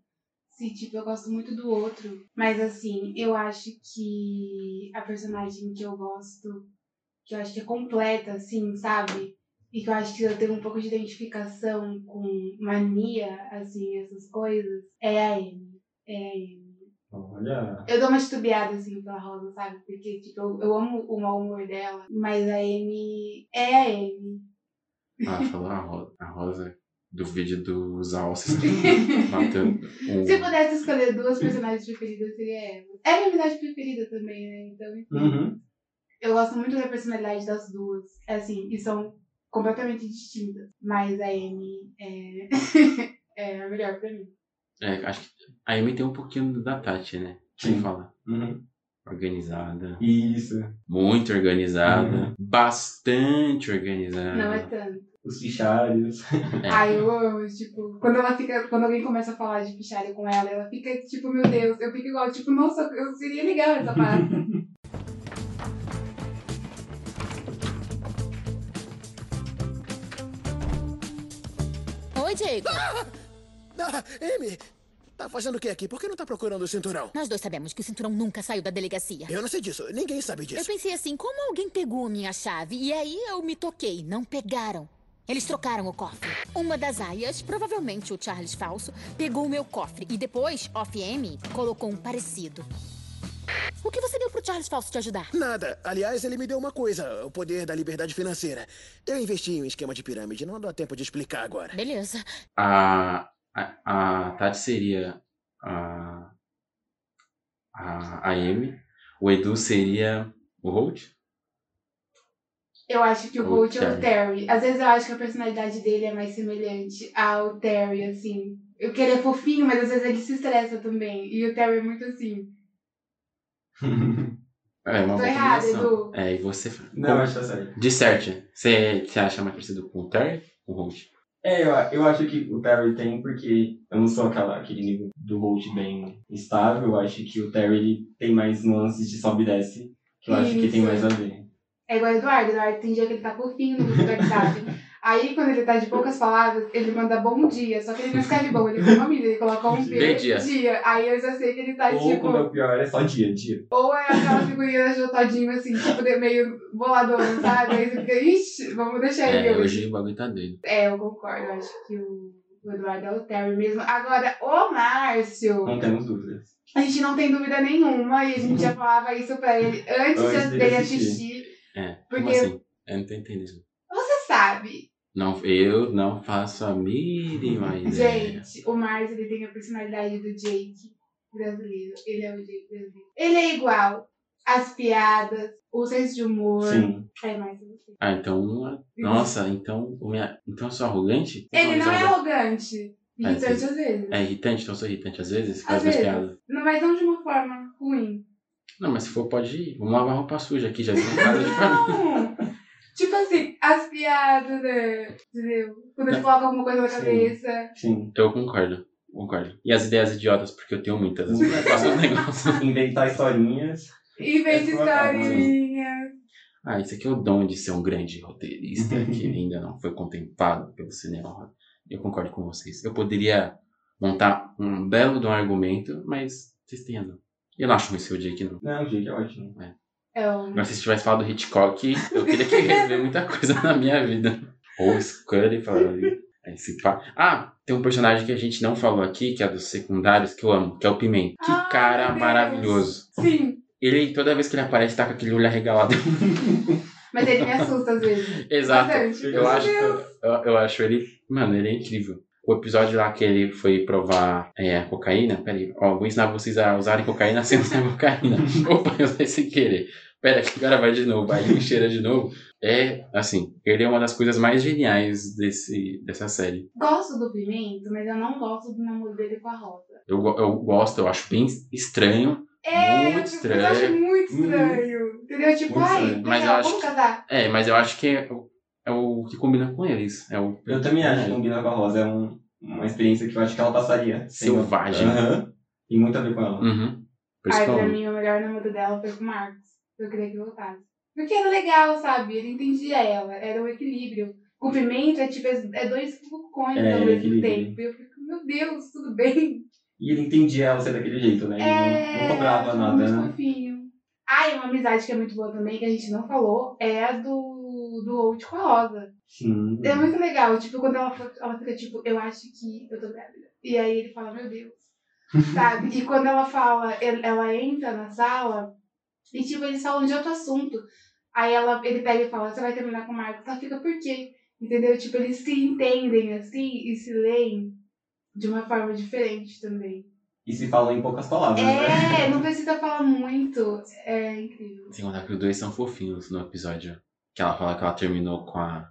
S2: se, tipo, eu gosto muito do outro? Mas, assim, eu acho que a personagem que eu gosto, que eu acho que é completa, assim, sabe? E que eu acho que eu tenho um pouco de identificação com mania, assim, essas coisas, é a Amy. É a Amy.
S3: Olha.
S2: Eu dou uma titubeada, assim, pela Rosa, sabe? Porque, tipo, eu, eu amo o mau humor dela, mas a Amy é a Amy.
S1: Ah, falou a Rosa, a Rosa do vídeo dos alces matando um.
S2: Se eu pudesse escolher duas personagens preferidas, seria ela. É minha amizade preferida também, né? Então, enfim.
S3: Uhum.
S2: Eu gosto muito da personalidade das duas, assim, e são completamente distintas. Mas a Amy é, é a melhor pra mim.
S1: É, acho que a Amy tem um pouquinho da Tati, né? Sem
S3: Sim.
S1: falar.
S3: Uhum.
S1: Organizada.
S3: Isso.
S1: Muito organizada.
S3: Uhum.
S1: Bastante organizada.
S2: Não é tanto.
S3: Os fichários.
S1: É.
S2: Ai, eu amo, tipo, quando ela fica, quando alguém começa a falar de pichari com ela, ela fica tipo, meu Deus, eu fico igual, tipo, nossa, eu seria legal essa parte.
S11: Oi, Diego.
S4: Ah, Amy, tá fazendo o que aqui? Por que não tá procurando o cinturão?
S11: Nós dois sabemos que o cinturão nunca saiu da delegacia.
S4: Eu não sei disso. Ninguém sabe
S11: Eu
S4: disso.
S11: pensei assim, como alguém pegou a minha chave? E aí eu me toquei. Não pegaram. Eles trocaram o cofre. Uma das aias, provavelmente o Charles Falso, pegou o meu cofre. E depois, off-M, colocou um parecido. O que você deu pro Charles Falso te ajudar?
S4: Nada. Aliás, ele me deu uma coisa: o poder da liberdade financeira. Eu investi em um esquema de pirâmide. Não dá tempo de explicar agora.
S11: Beleza.
S1: A, a, a Tati seria a, a, a Amy. O Edu seria o Holt.
S2: Eu acho que o
S1: O
S2: Holt é
S1: Terry.
S2: o Terry. Às vezes eu acho que a personalidade dele é mais semelhante ao Terry, assim. Eu que ele é fofinho, mas às vezes ele se estressa também. E o Terry é muito assim.
S1: É uma
S2: Tô
S1: boa
S2: errada,
S1: combinação.
S2: Edu.
S1: É, e você.
S3: Não, acho que tá certo.
S1: De certo, você você acha mais parecido com o Terry ou o Holt?
S3: É, eu, eu acho que o Terry tem, porque eu não sou aquela, aquele nível do Holt bem estável. Eu acho que o Terry ele tem mais nuances de sobe e desce, que eu acho que tem
S2: Isso.
S3: mais a ver.
S2: É igual o Eduardo. Eduardo tem dia que ele tá fofinho, no dia que sabe. Aí, quando ele tá de poucas palavras, ele manda bom dia. Só que ele não escreve bom, ele coloca um ele coloca um
S1: Bem
S2: B,
S1: dia.
S2: Aí eu já sei que ele tá
S3: Ou,
S2: tipo.
S3: quando é o pior, é só dia, dia.
S2: Ou é aquela figurinha da Jo Todinho, assim, tipo, de- meio boladona, sabe? Aí você fica, ixi, vamos deixar ele
S1: É,
S2: hoje.
S1: hoje o bagulho tá doido.
S2: É, eu concordo. Eu acho que o o Eduardo é o Terry mesmo. Agora, o Márcio,
S3: Não temos dúvidas.
S2: a gente não tem dúvida nenhuma e a gente já falava isso pra ele antes,
S3: Antes
S2: de-
S3: dele
S2: dele
S3: assistir.
S2: assistir.
S1: É, como
S2: Porque-
S1: assim? Eu não tô entendendo.
S2: Você sabe,
S1: Não, eu não faço a mínima ideia.
S2: Uhum. gente, o Márcio ele tem a personalidade do Jake brasileiro. Ele é o Jake brasileiro. Ele é igual. As piadas, o senso de humor.
S3: Sim.
S2: É mais você.
S1: Ah, então. uma- Nossa, então. o minha- Então eu sou arrogante?
S2: Uhum.
S1: Então,
S2: Ele não é
S1: arrogante.
S2: arrogante.
S1: É,
S2: Irritante às
S1: sim.
S2: vezes.
S1: É irritante, então eu sou irritante às vezes,
S2: Às
S1: faz minhas
S2: vezes.
S1: piadas.
S2: Não, mas não de uma forma ruim.
S1: Não, mas se for, pode ir. Vamos lavar roupa suja aqui, já tem casa de pra mim.
S2: Não. Tipo assim, as piadas, né? Entendeu? Quando ele coloca alguma coisa na
S3: Sim.
S2: cabeça.
S3: Sim.
S1: Então, Eu concordo, concordo. E as ideias idiotas, porque eu tenho muitas. assim, Eu faço os negócios.
S3: assim, Inventar historinhas.
S2: Inventa
S3: É sua cara, né?
S2: historinha.
S1: Ah, isso aqui é o dom de ser um grande roteirista que ainda não foi contemplado pelo cinema. Eu concordo com vocês. Eu poderia montar um belo de um argumento, mas vocês têm razão. Eu não acho ruim seu dia aqui, não.
S3: Não, gente, é ótimo.
S2: É um...
S1: Mas se tivesse falado do Hitchcock, eu teria que rever muita coisa na minha vida. Ou Scully falando. É Esse pá. Ah, tem um personagem que a gente não falou aqui, que é dos secundários, que eu amo, que é o Pimenta. Que
S2: Ai,
S1: cara
S2: Ah, meu Deus.
S1: maravilhoso.
S2: Sim,
S1: Ele, toda vez que ele aparece, tá com aquele olho arregalado.
S2: mas ele me assusta às vezes.
S1: Exato.
S2: Bastante.
S1: Eu
S2: Meu
S1: acho,
S2: Deus.
S1: eu, eu acho ele. Mano, ele é incrível. O episódio lá que ele foi provar é, a cocaína. Peraí, ó, vou ensinar vocês a usarem cocaína sem usar cocaína. Opa, eu usei sem querer. Pera, que agora vai de novo. Aí ele cheira de novo. É, assim, ele é uma das coisas mais geniais desse, dessa série.
S2: Gosto do pimento, mas eu não gosto do namoro dele com a Rosa.
S1: Eu, go- eu gosto, eu acho bem estranho.
S2: É,
S1: Muito
S2: eu, tipo, eu acho
S1: estranho.
S2: muito estranho. Entendeu? Tipo,
S3: Muito
S2: ai,
S3: estranho.
S1: Mas eu
S2: legal,
S1: acho
S2: vamos
S1: que-
S2: casar.
S1: É, mas eu acho que é, o- é o que combina com eles. É o,
S3: Eu também acho que combina com a Rosa. É um, uma experiência que eu acho que ela passaria.
S1: Selvagem.
S3: Aham. Tem muito a ver com ela.
S1: Uhum. Por isso
S2: Aí
S1: que eu
S2: pra
S1: amo.
S2: mim o melhor namoro dela foi com o Marcos. Eu queria que voltasse. Porque era legal, sabe? Ele entendia ela, era o equilíbrio. Cumprimento é tipo, é dois vulcões
S3: É,
S2: ao mesmo
S3: equilíbrio.
S2: tempo. Eu fico, meu Deus, tudo bem? É,
S3: E ele entendia ela ser daquele jeito, né? Ele não, não cobrava nada,
S2: muito
S3: né?
S2: fofinho. Ah, e uma amizade que é muito boa também, que a gente não falou, é a do, do Old com a Rosa.
S3: Sim.
S2: É muito legal, tipo, quando ela, fa- ela fica tipo, eu acho que eu tô grávida. E aí ele fala, meu Deus. Sabe? E quando ela fala, el- ela entra na sala e tipo, eles falam de outro assunto. Aí ela, ele pega e fala, você vai terminar com o Marcos. Ela fica, por quê? Entendeu? Tipo, eles se entendem assim e se leem de uma forma diferente também.
S3: E se fala em poucas palavras, né?
S2: É, não precisa falar muito. É incrível.
S1: Sem contar que os dois são fofinhos no episódio que ela fala que ela terminou com a.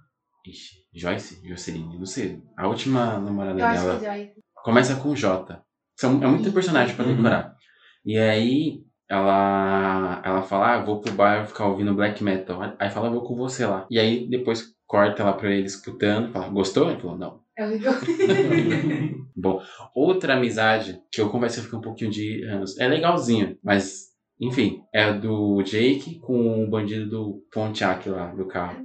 S1: Ixi, Joyce? Jocelyn? Não sei. A última namorada
S2: Eu acho
S1: dela.
S2: que já é.
S1: Começa com o Jota. São, é muito personagem pra decorar. E aí ela, ela fala, ah, eu vou pro bar ficar ouvindo black metal. Aí fala, eu vou com você lá. E aí depois corta ela pra ele escutando, fala, gostou? Ele falou, não.
S2: É legal.
S1: Outra amizade que eu conversei fica um pouquinho de anos. É legalzinho, mas enfim, é a do Jake com o bandido do Pontiac lá do carro.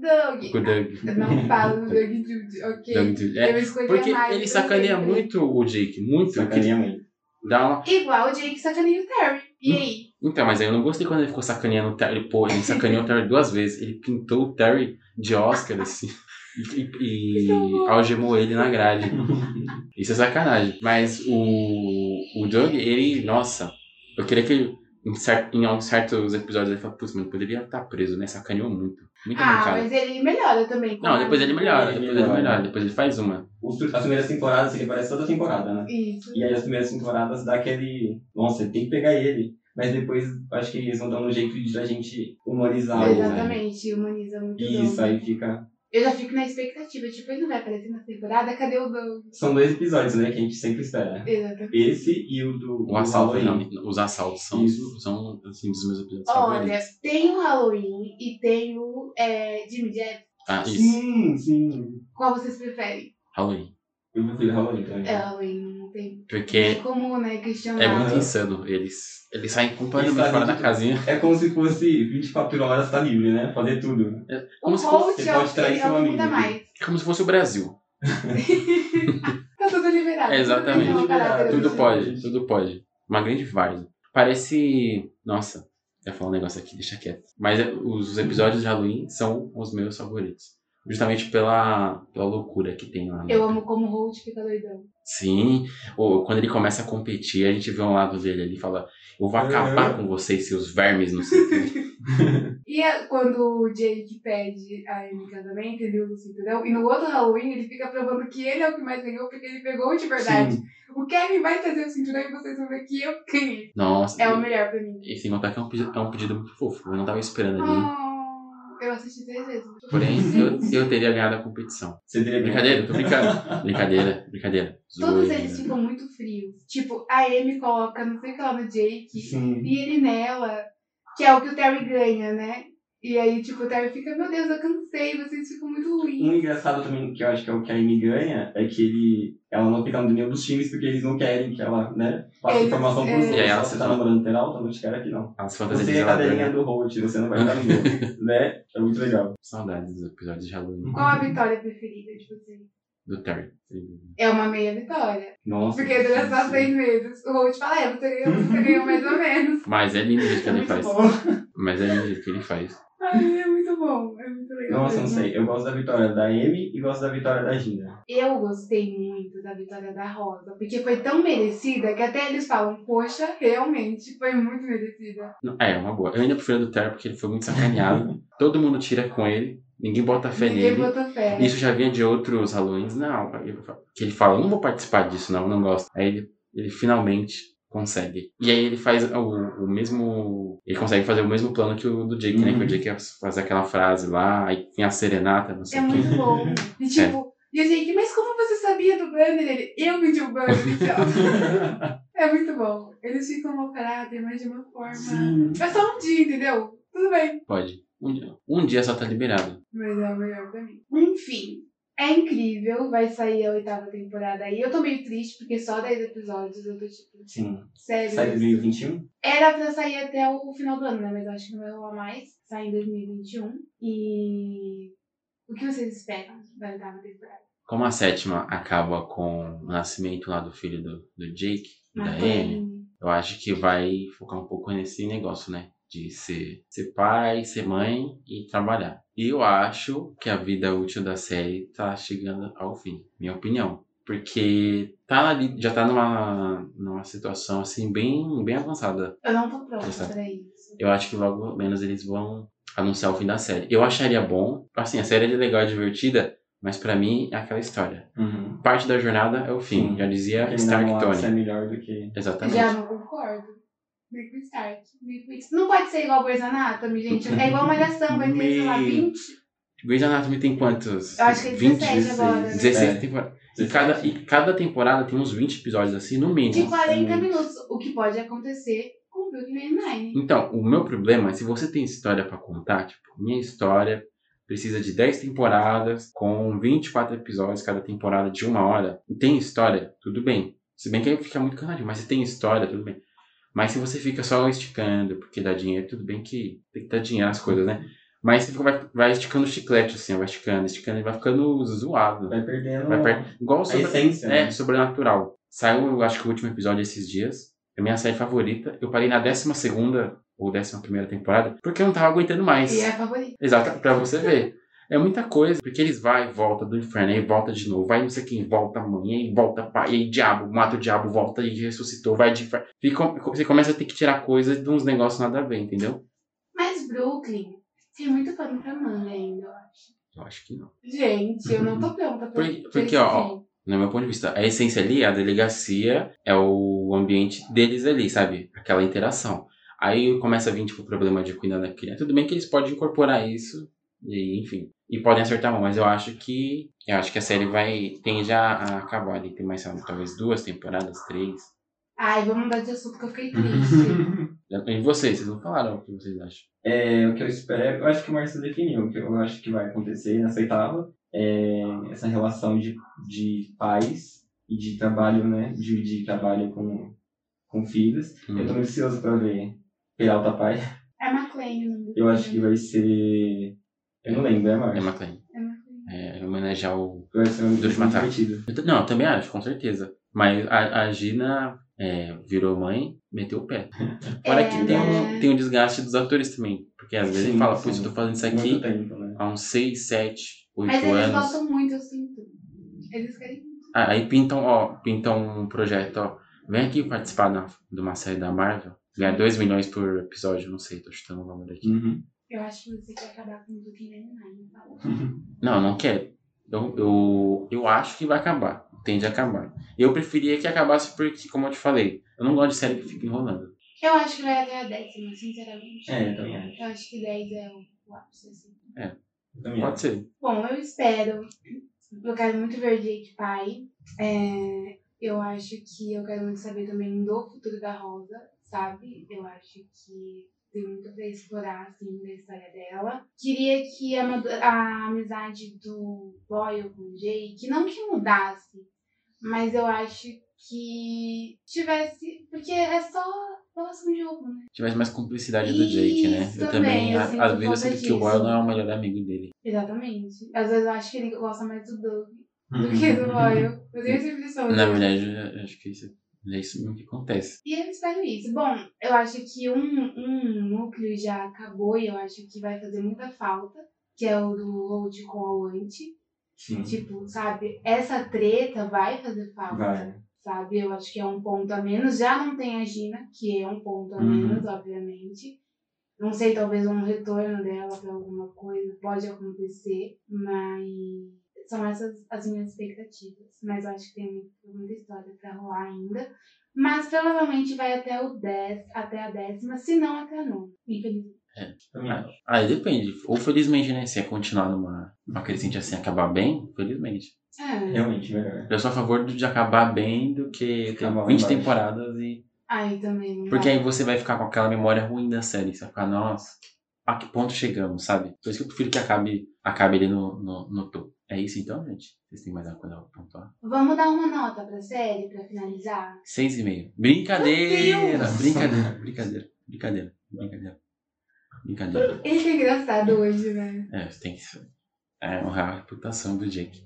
S2: Doug.
S1: Com o Doug.
S2: Eu não falo no Doug Jude, ok?
S1: Doug Jude. É,
S2: eu escolhi
S1: porque
S2: a Miley
S1: ele sacaneia
S2: sempre.
S1: muito o Jake, muito.
S3: Sacaneia
S1: muito. Dá uma...
S2: Igual o Jake sacaneia o Terry. E aí?
S1: Então, mas aí eu não gostei quando ele ficou sacaneando o Terry. Pô, ele sacaneou o Terry duas vezes. Ele pintou o Terry de Oscar, assim. E, e- e algemou ele na grade. Isso é sacanagem. Mas o, o Doug, ele, nossa, eu queria que ele, em, cer- em alguns certos episódios, ele falou, putz, mano, poderia estar preso, né? Sacaneou muito. Muito
S2: ah,
S1: mancada.
S2: mas ele melhora também.
S1: Não, depois ele melhora,
S3: Ele
S1: depois ele
S3: melhora.
S1: melhora, depois ele faz uma.
S3: Os pr- As primeiras temporadas, ele parece toda temporada, né?
S2: Isso.
S3: E aí as primeiras temporadas dá aquele. Nossa, tem que pegar ele. Mas depois eu acho que eles vão dando um jeito de a gente humanizar ele, né?
S2: Exatamente, humaniza muito o
S3: Isso,
S2: Doug.
S3: aí fica.
S2: Eu já fico na expectativa, tipo, ele não vai aparecer na temporada, cadê o Doug?
S3: São dois episódios, né? Que a gente sempre espera.
S2: Exatamente.
S3: Esse e o do.
S1: O
S3: do
S1: um assalto,
S3: Halloween.
S1: não, os assaltos são, são assim, dos meus episódios
S2: Olha,
S1: favoritos.
S2: tem o Halloween e tem o é, Jimmy Jeff.
S1: Ah, isso.
S3: Sim, sim.
S2: Qual vocês preferem?
S1: Halloween.
S3: Eu prefiro Halloween também.
S2: É Halloween, não tem.
S1: Porque
S2: É comum, né? Questionar.
S1: é muito insano. Eles, eles saem completamente fora da casinha.
S3: É como se fosse 24 horas tá livre, né? Fazer tudo.
S2: O Holt
S3: Você
S2: é o
S3: pode trair
S2: ele é
S3: seu
S2: o que
S3: amigo. né?
S2: muda mais.
S1: É como se fosse o Brasil.
S2: Tá tudo liberado.
S1: É,
S2: Tudo,
S1: exatamente.
S2: bem, é uma parada
S1: Tudo
S2: do-
S1: pode, tudo pode. Uma grande várzea. Parece. Nossa, eu ia falar um negócio aqui, deixa quieto. Mas é, os episódios de Halloween são os meus favoritos. Justamente pela, pela loucura que tem lá. né?
S2: Eu amo como o Holt fica doidão.
S1: Sim, ou quando ele começa a competir, a gente vê um lado dele ali e fala: Eu vou
S2: Uhum.
S1: acabar com vocês, seus vermes, não sei o quê.
S2: E é quando o Jake pede a Amy em casamento, ele usa o cinturão. E no outro Halloween, ele fica provando que ele é o que mais ganhou, porque ele pegou de verdade. O Kevin vai trazer o cinturão e vocês vão ver que eu ganhei.
S1: Nossa.
S2: É o melhor pra mim.
S1: E sem contar que é um pedido, é um pedido muito fofo. Eu não tava esperando ali.
S2: Ah, eu assisti três vezes.
S1: Porém, eu, eu teria ganhado a competição.
S3: Você teria
S1: Brincadeira, tô brincando. brincadeira, brincadeira.
S2: Todos
S1: Zoeira.
S2: eles ficam muito frios. Tipo, a Amy coloca não sei o que lá no Jake
S3: Sim.
S2: e ele nela, que é o que o Terry ganha, né? E aí, tipo, o Terry fica, meu Deus, eu cansei, vocês ficam muito ruins.
S3: Um engraçado também que eu acho que é o que a Amy ganha é que ele, ela não fica no nenhum dos times porque eles não querem que ela, né, passe
S2: Eles,
S3: informação
S2: é.
S3: por
S1: E aí ela
S3: você
S1: se
S3: tá
S1: torna-
S3: namorando Peralta, não te quero aqui não.
S1: As fantasias
S3: Você
S1: de
S3: é a cadeirinha
S1: Zelda,
S3: do Holt, você não vai ficar no meu, né? É muito legal.
S1: Saudades dos episódios de Halloween
S2: Qual a vitória preferida de vocês?
S1: do Terry. sem dúvida.
S2: É uma meia vitória.
S3: Nossa.
S2: Porque dura só seis meses. O Holt fala, é, você ganhou, você ganhou mais ou menos.
S1: Mas é lindo o jeito que ele
S2: Muito
S1: faz.
S2: bom.
S1: Mas é lindo o jeito que ele faz.
S2: Ai, é muito bom. É muito legal.
S3: Nossa, não
S2: mesmo.
S3: sei. Eu gosto da vitória da Amy e gosto da vitória da Gina.
S2: Eu gostei muito da vitória da Rosa, porque foi tão merecida que até eles falam, poxa, realmente foi muito merecida.
S1: Não, É, uma boa. Eu ainda prefiro a do Terry porque ele foi muito sacaneado. Todo mundo tira com ele. Ninguém bota fé
S2: Ninguém
S1: nele.
S2: botou fé.
S1: Isso já vinha de outros Halloweens, não. ele fa- Que ele fala, não vou participar disso, não, não gosto. Aí ele, ele finalmente consegue. E aí ele faz o, o mesmo. Ele consegue fazer o mesmo plano que o do Jake, né? Que
S2: Uhum.
S1: o Jake faz aquela frase lá, aí tem a serenata, não sei
S2: É
S1: o quê.
S2: muito bom. E tipo, e a gente, mas como você sabia do banner? Ele, eu pedi o banner, então. É muito bom. Eles ficam malparados, mas de uma forma. É só um dia, entendeu? Tudo bem.
S1: Pode. Um dia, um dia só tá liberado.
S2: Mas é o melhor pra mim. Enfim, É incrível, vai sair a oitava temporada aí. Eu tô meio triste, porque só 10 episódios eu tô tipo.
S3: Sim.
S2: Sério.
S3: Sai em 2021?
S2: Era pra sair até o final do ano, né? Mas eu acho que não vai rolar mais. Sai em 2021. E. O que vocês esperam da oitava temporada?
S1: Como a sétima acaba com o nascimento lá do filho do, do Jake, da
S2: Matou
S1: Amy,
S2: ele.
S1: eu acho que vai focar um pouco nesse negócio, né? De ser, ser pai, ser mãe e trabalhar. E eu acho que a vida útil da série tá chegando ao fim, minha opinião. Porque tá ali, já tá numa, numa situação assim bem, bem avançada.
S2: Eu não tô pronta
S1: Exato.
S2: pra isso.
S1: Eu acho que logo menos eles vão anunciar o fim da série. Eu acharia bom, assim, a série é legal e divertida, mas pra mim é aquela história.
S3: Uhum.
S1: Parte da jornada é o fim,
S3: Sim.
S1: já dizia
S3: Terminar
S1: Stark
S3: no ápice é
S1: Tony.
S3: melhor do que...
S1: Exatamente.
S2: Já não concordo. Nem com Start, nem com isso. Não pode ser igual Grey's Anatomy, gente. É igual Malhação, vai ter, sei lá,
S1: Meu.
S2: 20.
S1: Grey's Anatomy tem quantos?
S2: Eu acho que é 17 agora, né?
S1: 16
S3: É.
S1: temporadas. E cada, e cada temporada tem uns 20 episódios, assim, no
S2: De
S1: mínimo.
S2: 40 minutos. O que pode acontecer com o Brooklyn Nine-Nine.
S1: Então, o meu problema é se você tem história pra contar, tipo, minha história precisa de 10 temporadas com 24 episódios cada temporada de uma hora. E tem história, tudo bem. Se bem que aí fica muito cansativo, mas se tem história, tudo bem. Mas se você fica só esticando, porque dá dinheiro, tudo bem que tem que dar dinheiro as coisas, né? Mas você fica- vai, vai esticando o chiclete, assim, vai esticando, esticando, e vai ficando zoado.
S3: Vai perdendo...
S1: Vai per- Igual o
S3: Então, a essência,
S1: é,
S3: né?
S1: sobrenatural. Saiu, eu acho que o último episódio esses dias. É minha série favorita. Eu parei na 12 segunda ou 11 primeira temporada, porque eu não tava aguentando mais.
S2: E é a favorita.
S1: Exato, pra você ver. É muita coisa, porque eles vai e volta do inferno, aí volta de novo, vai não sei quem, volta amanhã, aí volta pai, aí diabo, mata o diabo, volta e ressuscitou, vai de inferno. Fica- Você começa a ter que tirar coisas de uns negócios nada a ver, entendeu?
S2: Mas Brooklyn tem muito pano pra manga ainda, eu acho.
S1: Eu acho que não.
S2: Gente, eu não tô pronta pra
S1: Por-
S2: pra
S1: porque,
S2: isso,
S1: ó,
S2: gente.
S1: No meu ponto de vista, a essência ali, a delegacia, é o ambiente deles ali, sabe? Aquela interação. Aí começa a vir, tipo, o problema de cuidar da criança. Tudo bem que eles podem incorporar isso, e enfim. E podem acertar a mão, mas eu acho que. Eu acho que a série vai. Tem já a acabar ali. Tem mais, sei lá, talvez duas temporadas, três.
S2: Ai, vou mudar de assunto que eu
S3: um
S2: fiquei triste.
S1: E vocês, vocês não falaram o que vocês acham.
S3: É, o que eu espero, eu acho que o Márcio definiu, o que eu acho que vai acontecer nessa oitava, é essa relação de, de pais e de trabalho, né? Dividir trabalho com, com filhos.
S1: Hum.
S3: Eu tô muito ansioso pra ver Peralta Pai.
S2: é McLean o nome do
S3: Eu acho que
S2: filme.
S3: vai ser. Eu não lembro, é,
S1: É
S3: Márcio?
S1: McLean.
S2: É McLean.
S1: É homenagear o.
S3: Vai ser um
S1: Duro de matar.
S3: divertido.
S1: Eu t- Não, eu também acho, com certeza. Mas a, a Gina é, virou mãe, meteu o pé. Fora
S2: É,
S1: que tem,
S2: né?
S1: um, tem um desgaste dos atores também. Porque às vezes
S3: Sim,
S1: ele fala,
S3: sim.
S1: putz, eu tô fazendo isso
S3: Muito
S1: aqui
S3: tempo, né?
S1: há uns 6, 7, 8
S2: Mas eles
S1: anos.
S2: gostam muito, eu sinto. Eles querem.
S1: Ah, aí pintam, ó, pintam um projeto, ó. Vem aqui participar da- de uma série da Marvel. Ganhar 2 milhões por episódio, não sei, tô chutando o valor aqui.
S3: Uhum.
S2: Eu acho que você quer acabar com o Brooklyn Nine-Nine. tá bom?
S1: Não, não quero. Eu, eu, eu acho que vai acabar. Tende a acabar. Eu preferia que acabasse porque, como eu te falei, eu não gosto de série que fica enrolando.
S2: Eu acho que vai até a décima, sinceramente.
S3: É, eu também acho.
S2: Eu acho que 10 é o o ápice, assim.
S3: Eu também
S1: Pode
S3: acho.
S1: ser.
S2: Bom, eu espero. Eu quero muito ver Jake Pai. É, eu acho que eu quero muito saber também do futuro da Rosa, sabe? Eu acho que tem muito pra explorar, assim, da história dela. Queria que a, madu- a amizade do Boyle com o Jake, não que mudasse, mas eu acho que tivesse. Porque é só relação de jogo, né?
S1: Tivesse mais cumplicidade do Jake, né?
S2: Isso
S1: Eu também,
S2: também, eu
S1: a-
S2: sinto
S1: às vezes eu
S2: falta
S1: sinto que
S2: disso.
S1: o Royal não é o melhor amigo dele.
S2: Exatamente. Às vezes eu acho que ele gosta mais do Doug do que do Boyle. Eu tenho essa impressão.
S1: Uhum. Na
S2: né?
S1: verdade, eu acho que isso, é isso mesmo que acontece.
S2: E eu espero isso. Bom, eu acho que um, um núcleo já acabou e eu acho que vai fazer muita falta, que é o do Old com o Anti.
S3: Sim.
S2: Tipo, sabe, essa treta vai fazer falta.
S3: Vai.
S2: Sabe, eu acho que é um ponto a menos. Já não tem a Gina, que é um ponto a
S3: Uhum.
S2: menos, obviamente. Não sei, talvez um retorno dela pra alguma coisa pode acontecer, mas são essas as minhas expectativas. Mas eu acho que tem muito- muita história pra rolar ainda. Mas provavelmente vai até o 10, até a décima, se não até a nona. Infelizmente.
S3: Também acho.
S1: Ah, e depende. Ou felizmente, né? Se é continuar numa uma crescente assim, acabar bem, felizmente.
S2: É.
S3: Realmente, melhor.
S1: Eu sou a favor de acabar bem do que ter
S3: Acabar lá
S1: 20
S3: embaixo.
S1: temporadas e.
S2: Aí também. não
S1: Porque
S2: vai.
S1: aí você vai ficar com aquela memória ruim da série. Você vai ficar, nossa, a que ponto chegamos, sabe? Por isso que eu prefiro que acabe, acabe ali no, no, no topo. É isso então, gente? Vocês têm mais alguma coisa pra pontuar?
S2: Vamos dar uma nota pra série pra finalizar?
S1: Seis e meio. Brincadeira!
S2: Meu Deus!
S1: Brincadeira, brincadeira, brincadeira, brincadeira. Brincadeira.
S2: Ele é engraçado hoje, né?
S1: É, tem que é, honrar a reputação do Jake.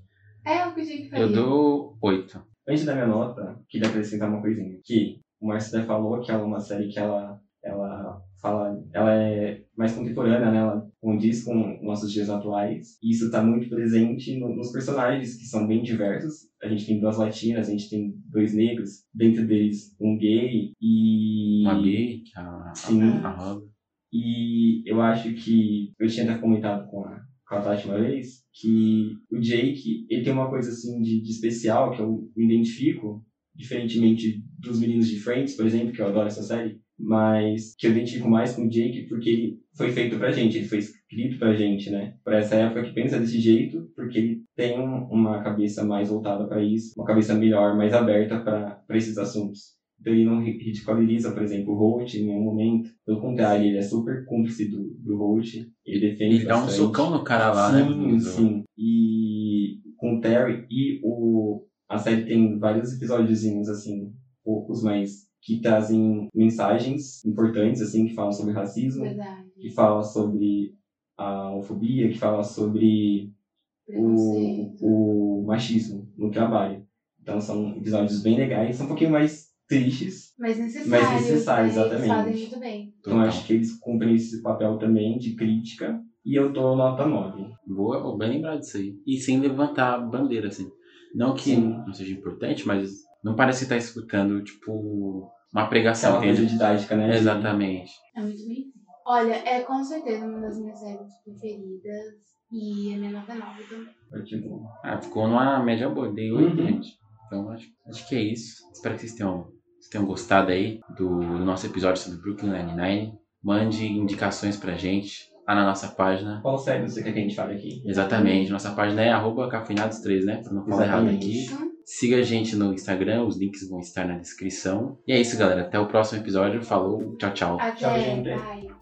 S2: É o que o Jake faria.
S1: Eu dou oito.
S3: Antes da minha nota, queria acrescentar uma coisinha. Que o Marcia falou que ela é uma série que ela, ela fala. Ela é mais contemporânea, né? Ela condiz com nossos dias atuais. E isso está muito presente no- nos personagens, que são bem diversos. A gente tem duas latinas, a gente tem dois negros, dentro deles um gay e.
S1: Uma B, que é a,
S3: Sim.
S1: a, a Rosa.
S3: E eu acho que eu tinha até comentado com a, com a Tati uma vez que o Jake ele tem uma coisa assim de, de especial que eu me identifico, diferentemente dos meninos de Friends, por exemplo, que eu adoro essa série, mas que eu identifico mais com o Jake porque ele foi feito pra gente, ele foi escrito pra gente, né? Pra essa época que pensa desse jeito, porque ele tem um- uma cabeça mais voltada pra isso, uma cabeça melhor, mais aberta pra pra esses assuntos. Então ele não ri- ridiculariza, por exemplo, o Holt em nenhum momento. Pelo contrário, ele é super cúmplice do, do Holt. Ele defende
S1: Ele dá um
S3: bastante.
S1: socão no
S3: Tá
S1: cara lá, né?
S3: sim,
S1: Do-
S3: Sim, E com o Terry e o... A série tem vários episódiozinhos, assim, poucos, mas que trazem mensagens importantes, assim, que falam sobre racismo
S2: Verdade.
S3: que fala sobre a homofobia, que fala sobre o, o machismo no trabalho. Então são episódios bem legais, são um pouquinho mais tristes,
S2: Mas necessário.
S3: mas necessários,
S2: né? Eles fazem
S3: exatamente.
S2: muito bem.
S3: Então eu acho que eles cumprem esse papel também de crítica, e eu dou nota 9.
S1: Boa, ó, bem lembrado disso aí. E sem levantar a bandeira, assim. Não que não seja importante, mas não parece que tá escutando, tipo, uma pregação,
S3: Aquela é coisa didática, né?
S1: Exatamente.
S2: É muito bem. Olha, é com certeza uma das minhas séries preferidas. E a minha nota 9 também.
S1: Ah, ficou numa média boa, dei 8, gente. Então acho, acho que é isso. Espero que vocês tenham, vocês tenham gostado aí do, do nosso episódio sobre Brooklyn Nine-Nine. Mande indicações pra gente lá na nossa página.
S3: Qual série você quer que a gente fale aqui?
S1: Exatamente, nossa página é arroba cafeinados3, né? Pra não falar errado aqui.
S3: Exatamente.
S1: Siga a gente no Instagram, os links vão estar na descrição. E é isso, galera. Até o próximo episódio. Falou, tchau, tchau.
S2: Até, vai.